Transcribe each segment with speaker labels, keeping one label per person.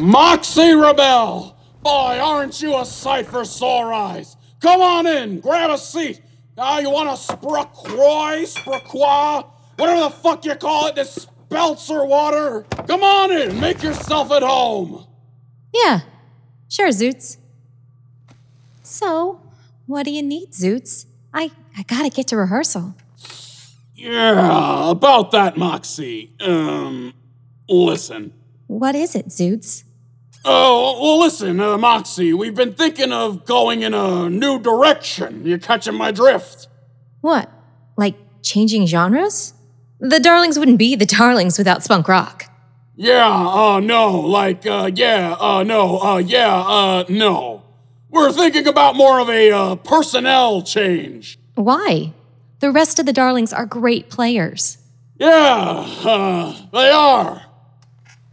Speaker 1: Moxie Rebel! Boy, aren't you a sight for sore eyes? Come on in, grab a seat. Ah, you want a spracroy, spracqua, whatever the fuck you call it, this Belzer water? Come on in, make yourself at home.
Speaker 2: Yeah, sure, Zoots. So, what do you need, Zoots? I, I gotta get to rehearsal.
Speaker 1: Yeah, about that, Moxie. Um, listen.
Speaker 2: What is it, Zoots?
Speaker 1: Oh, well, listen, uh, Moxie, we've been thinking of going in a new direction. You catching my drift?
Speaker 2: What? Like changing genres? The Darlings wouldn't be the Darlings without Spunk Rock.
Speaker 1: Yeah, uh, no, like, uh, yeah, uh, no, uh, yeah, uh, no. We're thinking about more of a, uh, personnel change.
Speaker 2: Why? The rest of the Darlings are great players.
Speaker 1: Yeah, uh, they are.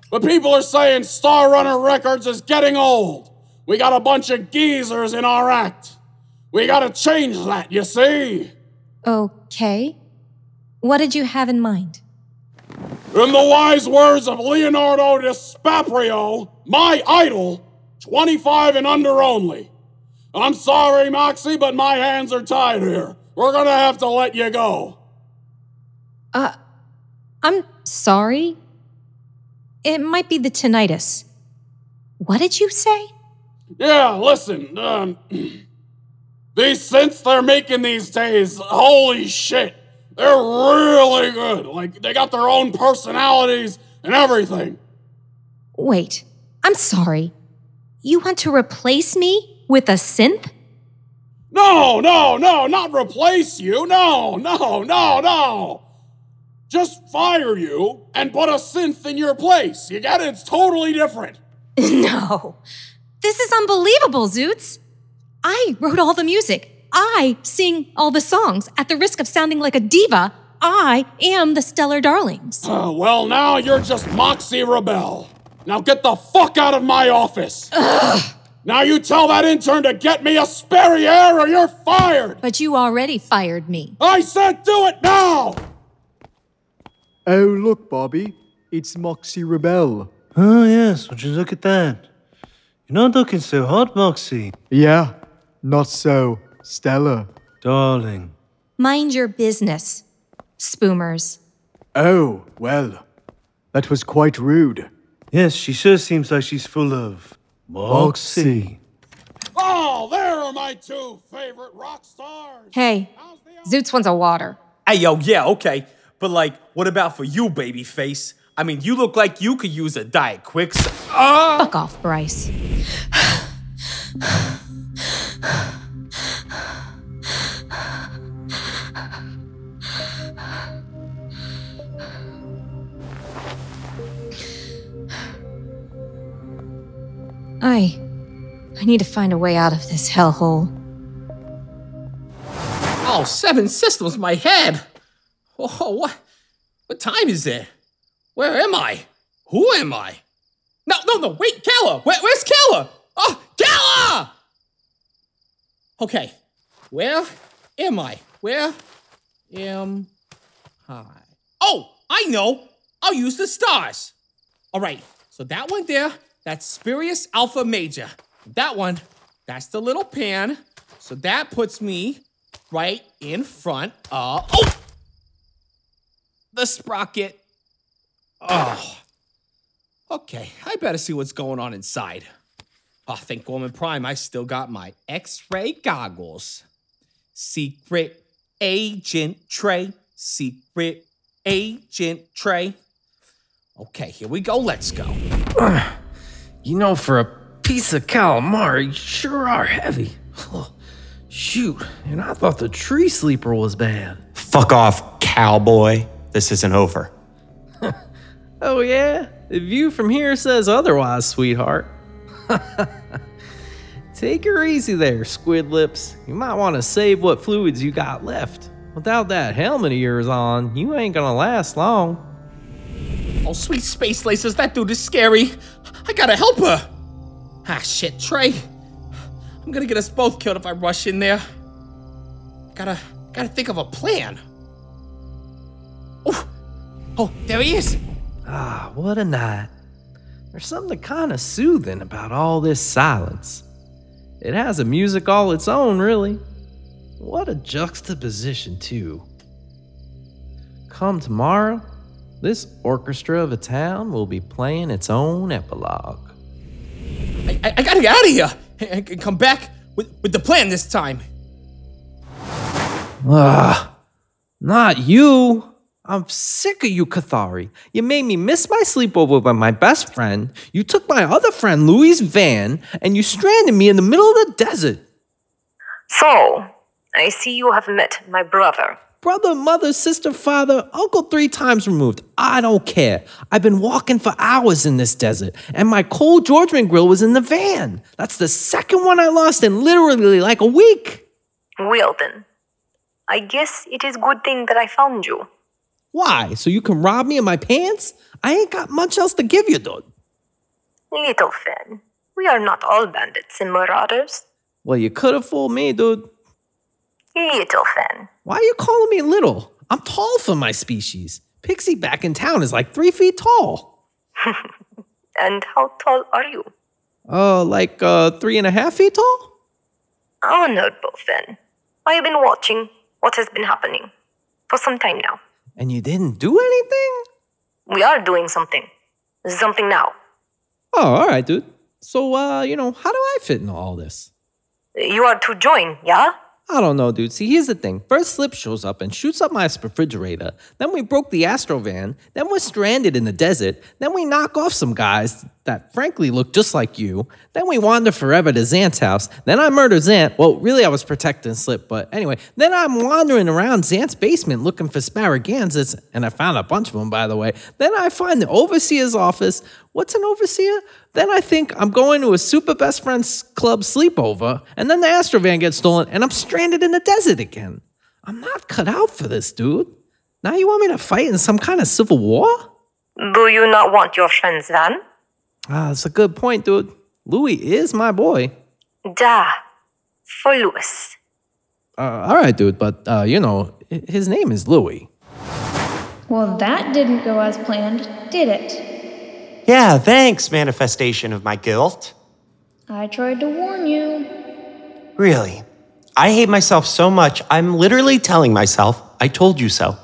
Speaker 1: But people are saying Star Runner Records is getting old. We got a bunch of geezers in our act. We gotta change that, you see?
Speaker 2: Okay. What did you have in mind?
Speaker 1: In the wise words of Leonardo DiSpaprio, my idol, 25 and under only. I'm sorry, Moxie, but my hands are tied here. We're gonna have to let you go.
Speaker 2: Uh, I'm sorry. It might be the tinnitus. What did you say?
Speaker 1: Yeah, listen, um, these synths they're making these days, holy shit, they're really good. Like, they got their own personalities and everything.
Speaker 2: Wait, I'm sorry. You want to replace me with a synth?
Speaker 1: No, no, no, not replace you. No, no, no, no. Just fire you and put a synth in your place. You got it? It's totally different.
Speaker 2: no. This is unbelievable, Zoots. I wrote all the music. I sing all the songs. At the risk of sounding like a diva, I am the Stellar Darlings.
Speaker 1: Uh, well, now you're just Moxie Rebel. Now get the fuck out of my office. Now you tell that intern to get me a Sperrier or you're fired.
Speaker 2: But you already fired me.
Speaker 1: I said do it now.
Speaker 3: Oh, look, Bobby. It's Moxie Rebel.
Speaker 4: Oh, yes, would you look at that? You're not looking so hot, Moxie.
Speaker 3: Yeah, not so. Stella.
Speaker 4: Darling.
Speaker 2: Mind your business, spoomers.
Speaker 3: Oh, well. That was quite rude.
Speaker 4: Yes, she sure seems like she's full of. Moxie.
Speaker 1: Oh, there are my two favorite rock stars.
Speaker 2: Hey, Zoots wants a water.
Speaker 5: Hey, yo, yeah, okay. But, like, what about for you, babyface? I mean, you look like you could use a Diet Quick. s-
Speaker 2: Fuck off, Bryce. I. I need to find a way out of this hellhole.
Speaker 5: Oh, seven systems, my head. Oh, what? What time is it? Where am I? Who am I? No, no, no, wait, Kella! Where, where's Kella? Oh, Kella! Okay, where am I? Where am I? Oh, I know! I'll use the stars! All right, so that one there, that's Spurious Alpha Major. That one, that's the little pan. So that puts me right in front of. Oh! The sprocket. Oh. Okay, I better see what's going on inside. Oh, thank Gorman Prime, I still got my x ray goggles. Secret Agent Trey. Secret Agent Trey. Okay, here we go. Let's go.
Speaker 6: You know, for a piece of calamari, you sure are heavy. Oh, Shoot, and I thought the tree sleeper was bad.
Speaker 7: Fuck off, cowboy. This isn't over.
Speaker 6: Oh, yeah? The view from here says otherwise, sweetheart. Take her easy there, squid lips. You might want to save what fluids you got left. Without that helmet of yours on, you ain't gonna last long.
Speaker 5: Oh, sweet space laces, that dude is scary. I gotta help her. Ah, shit, Trey. I'm gonna get us both killed if I rush in there. Gotta, gotta think of a plan. Oh, oh, there he is.
Speaker 6: Ah, what a night. There's something kind of soothing about all this silence. It has a music all its own, really. What a juxtaposition, too. Come tomorrow, this orchestra of a town will be playing its own epilogue.
Speaker 5: I, I, I gotta get out of here and, and come back with, with the plan this time.
Speaker 6: Ugh, not you. I'm sick of you, Cathari. You made me miss my sleepover with my best friend. You took my other friend, Louis' van, and you stranded me in the middle of the desert.
Speaker 8: So, I see you have met my brother.
Speaker 6: Brother, mother, sister, father, uncle three times removed. I don't care. I've been walking for hours in this desert, and my cold Georgian grill was in the van. That's the second one I lost in literally like a week.
Speaker 8: Well then, I guess it is good thing that I found you.
Speaker 6: Why? So you can rob me of my pants? I ain't got much else to give you, dude.
Speaker 8: Little Finn, we are not all bandits and marauders.
Speaker 6: Well, you could have fooled me, dude.
Speaker 8: Little Finn,
Speaker 6: Why are you calling me little? I'm tall for my species. Pixie back in town is like three feet tall.
Speaker 8: and how tall are you?
Speaker 6: Uh, like uh, three and a half feet tall?
Speaker 8: Honorable Finn, I have been watching what has been happening for some time now.
Speaker 6: And you didn't do anything?
Speaker 8: We are doing something. Something now.
Speaker 6: Oh, all right, dude. So, uh, you know, how do I fit into all this?
Speaker 8: You are to join, yeah?
Speaker 6: I don't know, dude. See, here's the thing. First, Slip shows up and shoots up my refrigerator. Then we broke the Astrovan. Then we're stranded in the desert. Then we knock off some guys that frankly look just like you. Then we wander forever to Zant's house. Then I murder Zant. Well, really, I was protecting Slip, but anyway. Then I'm wandering around Zant's basement looking for Sparagansis, and I found a bunch of them, by the way. Then I find the overseer's office. What's an overseer? Then I think I'm going to a super best friends club sleepover, and then the Astrovan gets stolen, and I'm stranded in the desert again. I'm not cut out for this, dude. Now you want me to fight in some kind of civil war?
Speaker 8: Do you not want your friends then?
Speaker 6: Ah, that's a good point, dude. Louis is my boy.
Speaker 8: Da. For Louis.
Speaker 6: Uh, all right, dude, but uh, you know, hi- his name is Louis.
Speaker 9: Well, that didn't go as planned, did it?
Speaker 7: Yeah, thanks, manifestation of my guilt.
Speaker 9: I tried to warn you.
Speaker 7: Really? I hate myself so much, I'm literally telling myself, I told you so.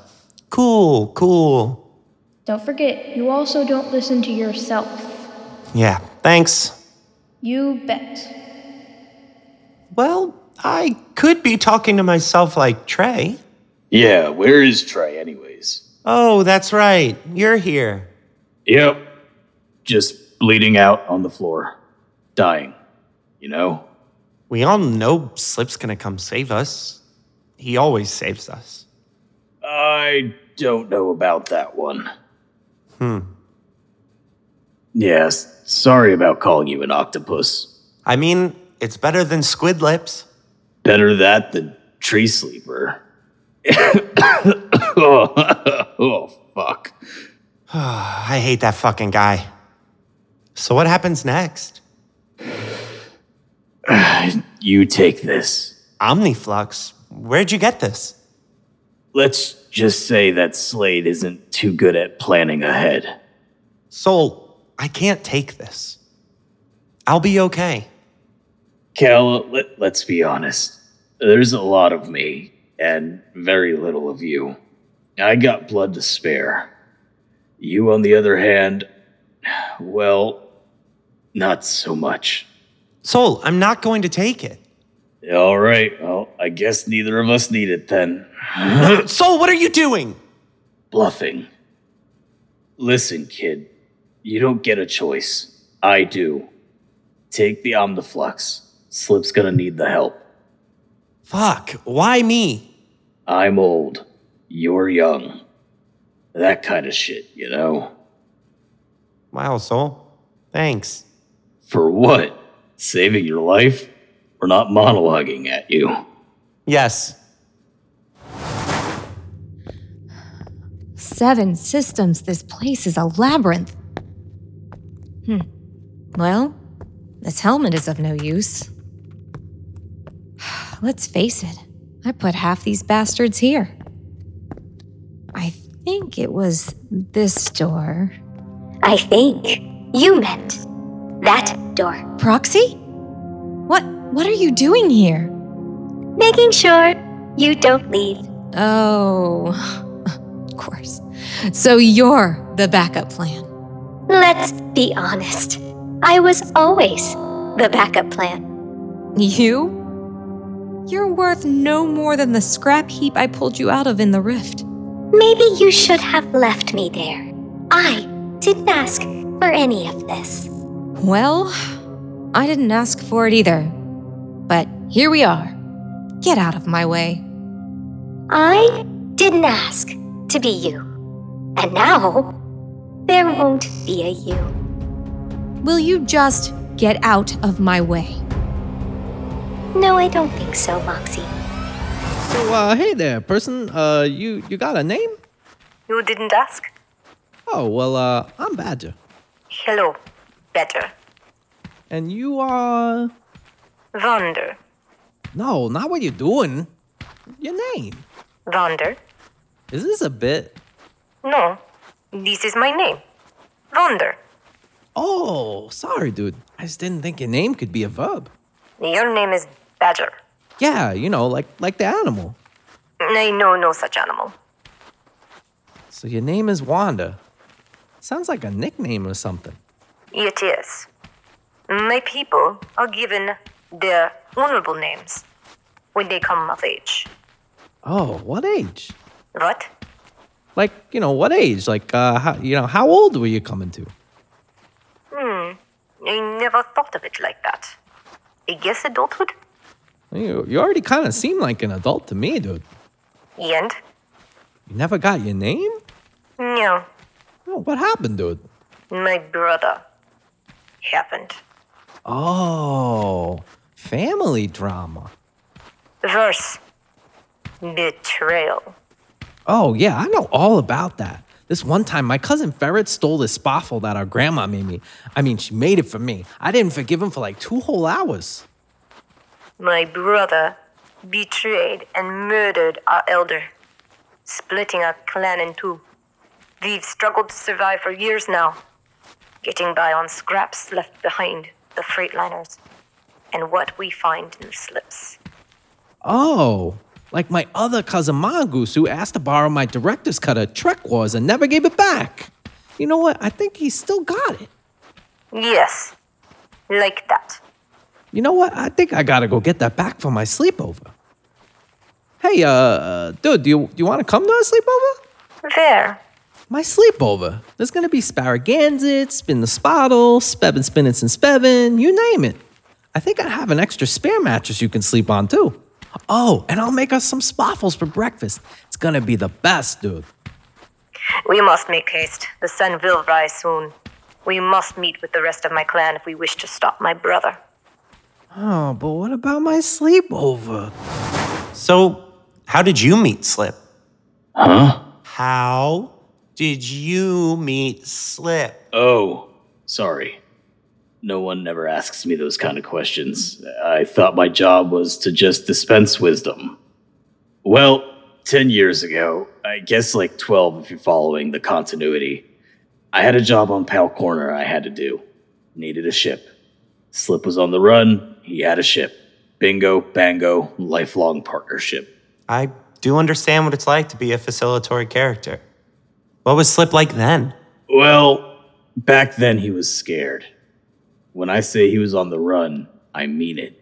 Speaker 7: Cool, cool.
Speaker 9: Don't forget, you also don't listen to yourself.
Speaker 7: Yeah, thanks.
Speaker 9: You bet.
Speaker 7: Well, I could be talking to myself like Trey.
Speaker 10: Yeah, where is Trey, anyways?
Speaker 7: Oh, that's right. You're here.
Speaker 10: Yep. Just bleeding out on the floor. Dying. You know?
Speaker 7: We all know Slip's gonna come save us. He always saves us.
Speaker 10: I don't know about that one. Hmm.
Speaker 7: Hmm.
Speaker 10: Yes, sorry about calling you an octopus.
Speaker 7: I mean, it's better than squid lips.
Speaker 10: Better that than tree sleeper. oh, fuck.
Speaker 7: I hate that fucking guy. So what happens next?
Speaker 10: You take this.
Speaker 7: Omniflux, where'd you get this?
Speaker 10: Let's just say that Slade isn't too good at planning ahead.
Speaker 7: Soul, I can't take this. I'll be okay.
Speaker 10: Cal, let, let's be honest. There's a lot of me and very little of you. I got blood to spare. You, on the other hand, well, not so much.
Speaker 7: Soul, I'm not going to take it.
Speaker 10: All right, well, I guess neither of us need it then.
Speaker 7: Soul, what are you doing?
Speaker 10: Bluffing. Listen, kid, you don't get a choice. I do. Take the Omniflux. Slip's gonna need the help.
Speaker 7: Fuck, why me?
Speaker 10: I'm old. You're young. That kind of shit, you know?
Speaker 7: Wow, Soul. Thanks.
Speaker 10: For what? Saving your life? We're not monologuing at you.
Speaker 7: Yes.
Speaker 2: Seven systems. This place is a labyrinth. Hmm. Well, this helmet is of no use. Let's face it, I put half these bastards here. I think it was this door.
Speaker 11: I think You meant that door.
Speaker 2: Proxy? What what are you doing here?
Speaker 11: Making sure you don't leave.
Speaker 2: Oh, of course. So you're the backup plan.
Speaker 11: Let's be honest. I was always the backup plan.
Speaker 2: You? You're worth no more than the scrap heap I pulled you out of in the rift.
Speaker 11: Maybe you should have left me there. I didn't ask for any of this.
Speaker 2: Well, I didn't ask for it either. But here we are. Get out of my way.
Speaker 11: I didn't ask to be you. And now, there won't be a you.
Speaker 2: Will you just get out of my way?
Speaker 11: No, I don't think so, Moxie.
Speaker 6: So, uh, hey there, person. Uh, you you got a name?
Speaker 8: You didn't ask?
Speaker 6: Oh well, uh, I'm Badger,
Speaker 8: Hello, better.
Speaker 6: and you are
Speaker 8: Wander.
Speaker 6: no, not what you're doing. Your name
Speaker 8: Wander?
Speaker 6: is this a bit?
Speaker 8: No, this is my name. Wander.
Speaker 6: Oh, sorry, dude. I just didn't think your name could be a verb.
Speaker 8: Your name is Badger.
Speaker 6: Yeah, you know, like like the animal.
Speaker 8: I know no such animal.
Speaker 6: So your name is Wanda. Sounds like a nickname or something.
Speaker 8: It is. My people are given their honorable names when they come of age.
Speaker 6: Oh, what age?
Speaker 8: What?
Speaker 6: Like, you know, what age? Like, uh, how, you know, how old were you coming to?
Speaker 8: Hmm. I never thought of it like that. I guess adulthood?
Speaker 6: You, you already kind of seem like an adult to me, dude.
Speaker 8: And?
Speaker 6: You never got your name?
Speaker 8: No.
Speaker 6: Oh, what happened, dude?
Speaker 8: My brother. Happened.
Speaker 6: Oh, family drama.
Speaker 8: Verse. Betrayal.
Speaker 6: Oh, yeah, I know all about that. This one time, my cousin Ferret stole this spoffle that our grandma made me. I mean, she made it for me. I didn't forgive him for like two whole hours.
Speaker 8: My brother betrayed and murdered our elder, splitting our clan in two. We've struggled to survive for years now, getting by on scraps left behind the freightliners and what we find in the slips.
Speaker 6: Oh, like my other cousin Mongoose, who asked to borrow my director's cut of Trek Wars and never gave it back. You know what? I think he still got it.
Speaker 8: Yes, like that.
Speaker 6: You know what? I think I gotta go get that back for my sleepover. Hey, uh, dude, do you, do you wanna come to our sleepover?
Speaker 8: There.
Speaker 6: My sleepover. There's gonna be Sparagansit, Spin the Spottle, Spevin Spinets and Spevin, you name it. I think I have an extra spare mattress you can sleep on too. Oh, and I'll make us some spoffles for breakfast. It's gonna be the best, dude.
Speaker 8: We must make haste. The sun will rise soon. We must meet with the rest of my clan if we wish to stop my brother.
Speaker 6: Oh, but what about my sleepover?
Speaker 7: So, how did you meet Slip?
Speaker 10: Huh?
Speaker 7: How did you meet Slip?
Speaker 10: Oh, sorry. No one never asks me those kind of questions. I thought my job was to just dispense wisdom. Well, 10 years ago, I guess like 12 if you're following the continuity, I had a job on Pal Corner I had to do. Needed a ship. Slip was on the run, he had a ship. Bingo, bango, lifelong partnership.
Speaker 7: I do understand what it's like to be a facilitatory character. What was Slip like then?
Speaker 10: Well, back then he was scared. When I say he was on the run, I mean it.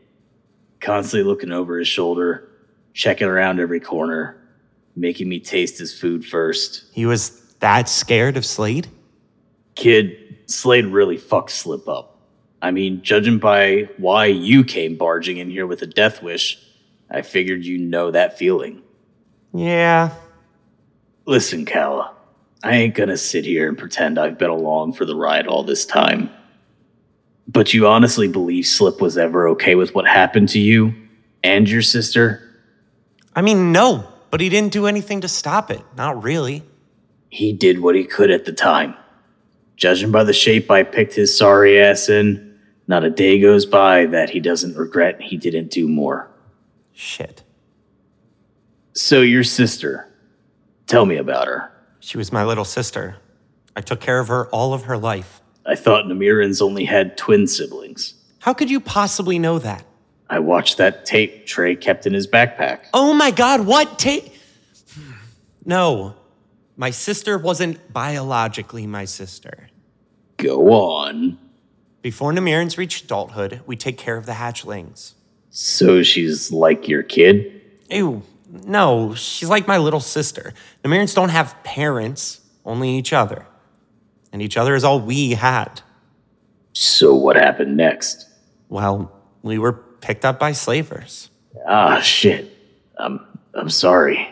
Speaker 10: Constantly looking over his shoulder, checking around every corner, making me taste his food first.
Speaker 7: He was that scared of Slade?
Speaker 10: Kid, Slade really fucked Slip up. I mean, judging by why you came barging in here with a death wish, I figured you know that feeling.
Speaker 7: Yeah.
Speaker 10: Listen, Calla, I ain't gonna sit here and pretend I've been along for the ride all this time. But you honestly believe Slip was ever okay with what happened to you and your sister?
Speaker 7: I mean, no, but he didn't do anything to stop it. Not really.
Speaker 10: He did what he could at the time. Judging by the shape I picked his sorry ass in, not a day goes by that he doesn't regret he didn't do more.
Speaker 7: Shit.
Speaker 10: So, your sister, tell me about her.
Speaker 7: She was my little sister. I took care of her all of her life.
Speaker 10: I thought Namirans only had twin siblings.
Speaker 7: How could you possibly know that?
Speaker 10: I watched that tape Trey kept in his backpack.
Speaker 7: Oh my god, what tape? No, my sister wasn't biologically my sister.
Speaker 10: Go on.
Speaker 7: Before Namirans reach adulthood, we take care of the hatchlings.
Speaker 10: So she's like your kid?
Speaker 7: Ew, no, she's like my little sister. Namirans don't have parents, only each other. And each other is all we had.
Speaker 10: So what happened next?
Speaker 7: Well, we were picked up by slavers.
Speaker 10: Ah, shit. I'm, I'm sorry.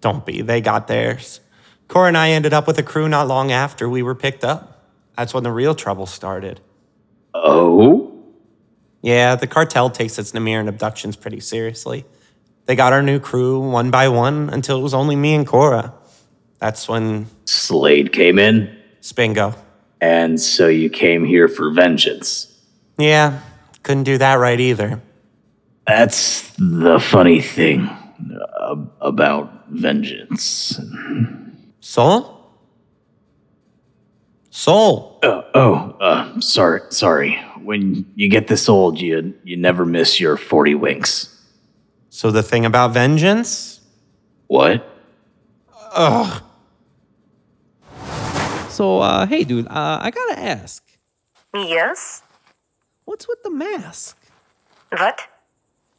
Speaker 7: Don't be, they got theirs. Cora and I ended up with a crew not long after we were picked up. That's when the real trouble started.
Speaker 10: Oh?
Speaker 7: Yeah, the cartel takes its Namiran abductions pretty seriously. They got our new crew one by one until it was only me and Cora. That's when
Speaker 10: Slade came in.
Speaker 7: Spingo.
Speaker 10: And so you came here for vengeance.
Speaker 7: Yeah, couldn't do that right either.
Speaker 10: That's the funny thing uh, about vengeance.
Speaker 7: Soul? Soul.
Speaker 10: Oh, oh uh, sorry, sorry. When you get this old, you you never miss your forty winks.
Speaker 7: So the thing about vengeance?
Speaker 10: What?
Speaker 7: Ugh.
Speaker 6: So, uh, hey, dude, uh, I gotta ask,
Speaker 8: Yes?
Speaker 6: what's with the mask?
Speaker 8: What?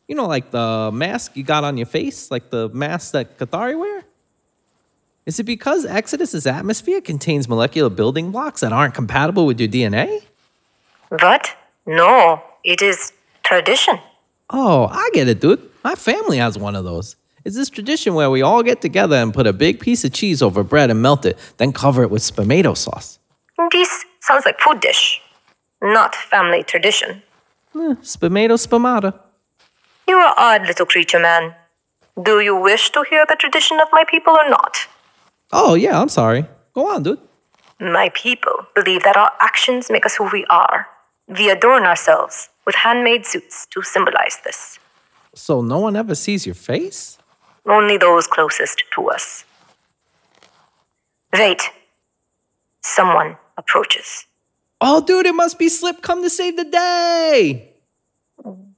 Speaker 6: You know, like the mask you got on your face, like the mask that Cathari wear? Is it because Exodus's atmosphere contains molecular building blocks that aren't compatible with your DNA?
Speaker 8: What? No, it is tradition.
Speaker 6: Oh, I get it, dude. My family has one of those. It's this tradition where we all get together and put a big piece of cheese over bread and melt it, then cover it with spamato sauce.
Speaker 8: This sounds like food dish, not family tradition.
Speaker 6: Eh, spamato spamata.
Speaker 8: You're an odd little creature, man. Do you wish to hear the tradition of my people or not?
Speaker 6: Oh, yeah, I'm sorry. Go on, dude.
Speaker 8: My people believe that our actions make us who we are. We adorn ourselves with handmade suits to symbolize this.
Speaker 6: So no one ever sees your face?
Speaker 8: Only those closest to us. Wait. Someone approaches.
Speaker 6: Oh, dude, it must be Slip come to save the day.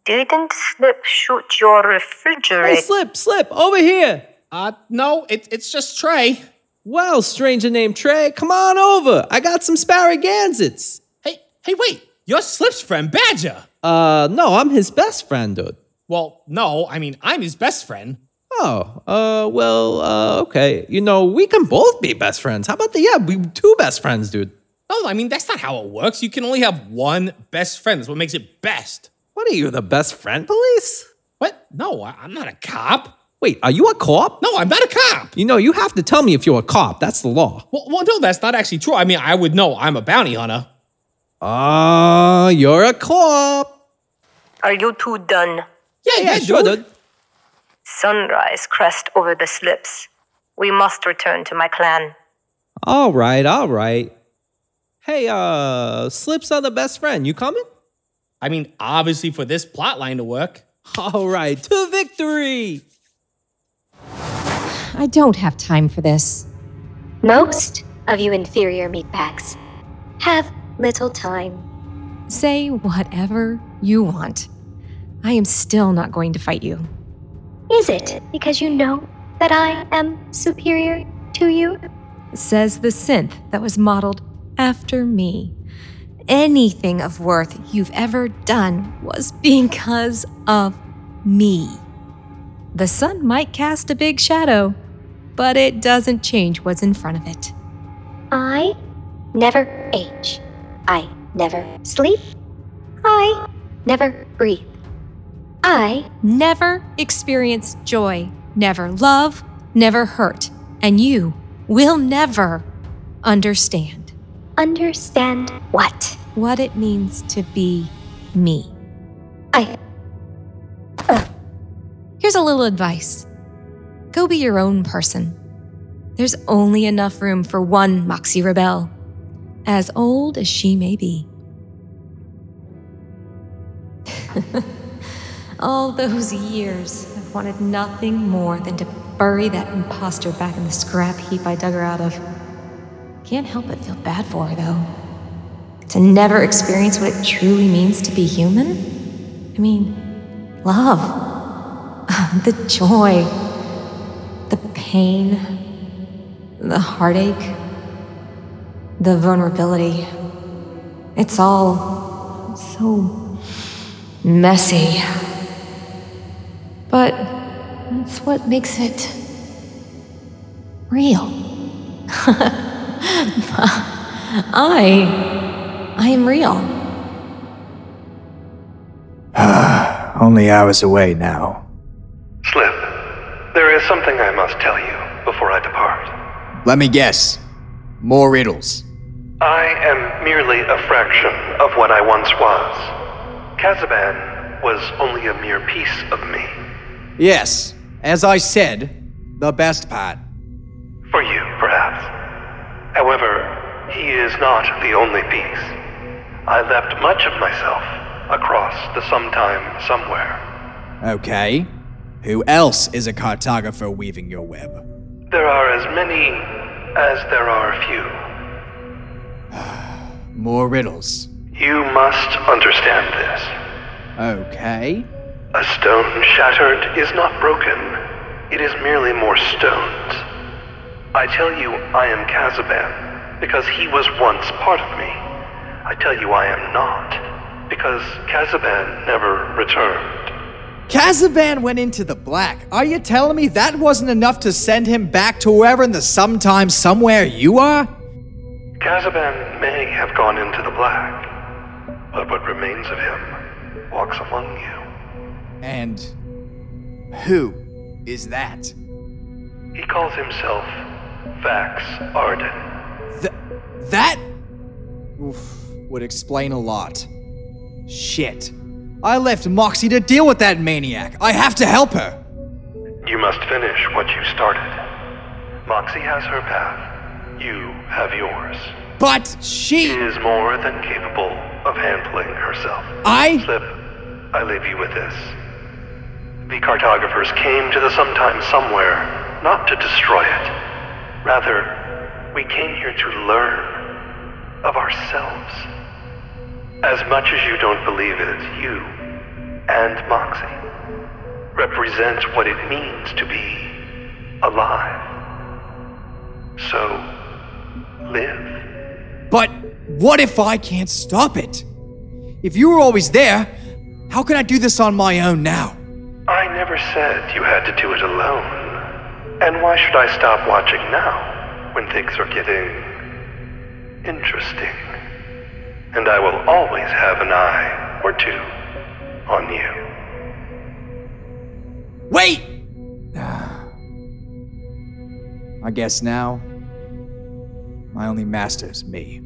Speaker 8: Didn't Slip shoot your refrigerator?
Speaker 6: Hey, Slip, Slip, over here.
Speaker 5: Uh, no, it, it's just Trey.
Speaker 6: Well, stranger named Trey, come on over. I got some Sparagansets.
Speaker 5: Hey, hey, wait. You're Slip's friend, Badger.
Speaker 6: Uh, no, I'm his best friend, dude.
Speaker 5: Well, no, I mean, I'm his best friend.
Speaker 6: Oh, uh, well, uh, okay. You know, we can both be best friends. How about the, yeah, we two best friends, dude.
Speaker 5: No, I mean, that's not how it works. You can only have one best friend. That's what makes it best.
Speaker 6: What are you, the best friend police?
Speaker 5: What? No, I- I'm not a cop.
Speaker 6: Wait, are you a cop?
Speaker 5: No, I'm not a cop.
Speaker 6: You know, you have to tell me if you're a cop. That's the law.
Speaker 5: Well, well, no, that's not actually true. I mean, I would know I'm a bounty hunter.
Speaker 6: Ah, you're a cop.
Speaker 8: Are you two done?
Speaker 5: Yeah, yeah,
Speaker 6: sure,
Speaker 5: dude.
Speaker 6: dude.
Speaker 8: Sunrise crest over the slips. We must return to my clan.
Speaker 6: All right, all right. Hey, uh, Slips are the best friend. You coming?
Speaker 5: I mean, obviously, for this plot line to work.
Speaker 6: All right, to victory.
Speaker 2: I don't have time for this.
Speaker 11: Most of you inferior meatbags have little time.
Speaker 2: Say whatever you want. I am still not going to fight you.
Speaker 11: Is it because you know that I am superior to you?
Speaker 2: Says the synth that was modeled after me. Anything of worth you've ever done was because of me. The sun might cast a big shadow, but it doesn't change what's in front of it.
Speaker 11: I never age. I never sleep. I never breathe. I
Speaker 2: Never experience joy, never love, never hurt, and you will never understand
Speaker 11: understand what?
Speaker 2: what it means to be me.
Speaker 11: I uh.
Speaker 2: Here's a little advice go be your own person. There's only enough room for one Moxie Rebel, as old as she may be. All those years, I've wanted nothing more than to bury that imposter back in the scrap heap I dug her out of. Can't help but feel bad for her, though. To never experience what it truly means to be human? I mean, love, the joy, the pain, the heartache, the vulnerability. It's all so messy. But that's what makes it real. I I am real.
Speaker 12: Only hours away now.
Speaker 13: Slip, there is something I must tell you before I depart.
Speaker 12: Let me guess. More riddles.
Speaker 13: I am merely a fraction of what I once was. Kazaban was only a mere piece of me.
Speaker 12: Yes, as I said, the best part.
Speaker 13: For you, perhaps. However, he is not the only piece. I left much of myself across the sometime somewhere.
Speaker 12: Okay. Who else is a cartographer weaving your web?
Speaker 13: There are as many as there are few.
Speaker 12: More riddles.
Speaker 13: You must understand this.
Speaker 12: Okay.
Speaker 13: A stone shattered is not broken. It is merely more stones. I tell you I am Kazaban because he was once part of me. I tell you I am not because Kazaban never returned.
Speaker 12: Kazaban went into the black. Are you telling me that wasn't enough to send him back to wherever in the sometime somewhere you are?
Speaker 13: Kazaban may have gone into the black, but what remains of him walks among you.
Speaker 12: And who is that?
Speaker 13: He calls himself Vax Arden.
Speaker 12: That Oof, would explain a lot. Shit. I left Moxie to deal with that maniac. I have to help her.
Speaker 13: You must finish what you started. Moxie has her path. You have yours.
Speaker 12: But she
Speaker 13: is more than capable of handling herself.
Speaker 12: I-
Speaker 13: Slip, I leave you with this. The cartographers came to the sometime somewhere not to destroy it. Rather, we came here to learn of ourselves. As much as you don't believe it, you and Moxie represent what it means to be alive. So, live.
Speaker 12: But what if I can't stop it? If you were always there, how can I do this on my own now?
Speaker 13: I never said you had to do it alone. And why should I stop watching now when things are getting interesting? And I will always have an eye or two on you.
Speaker 12: Wait! I guess now, my only master is me.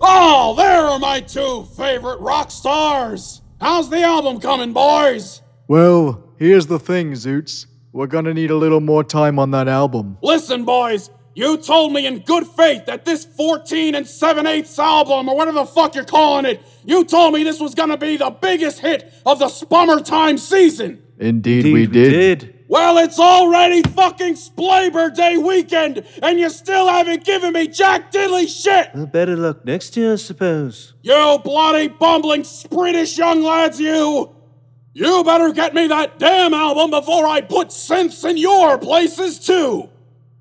Speaker 1: Oh, there are my two favorite rock stars. How's the album coming, boys?
Speaker 3: Well, here's the thing, Zoots. We're gonna need a little more time on that album.
Speaker 1: Listen, boys, you told me in good faith that this 14 and 7 eighths album, or whatever the fuck you're calling it, you told me this was gonna be the biggest hit of the spummertime season.
Speaker 3: Indeed, we, did.
Speaker 1: Well, it's already fucking Splaber Day weekend, and you still haven't given me Jack Diddley shit!
Speaker 4: Well, better luck next year, I suppose.
Speaker 1: You bloody bumbling British young lads, you! You better get me that damn album before I put synths in your places too!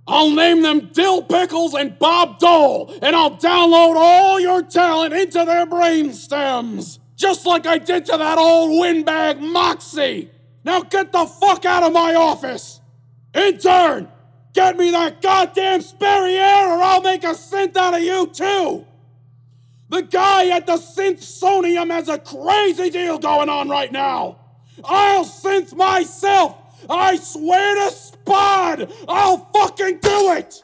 Speaker 1: I'll name them Dill Pickles and Bob Dole, and I'll download all your talent into their brain stems, just like I did to that old windbag Moxie. Now get the fuck out of my office, intern! Get me that goddamn Sperrier, or I'll make a synth out of you too. The guy at the Synthsonium has a crazy deal going on right now. I'll synth myself. I swear to Spod, I'll fucking do it.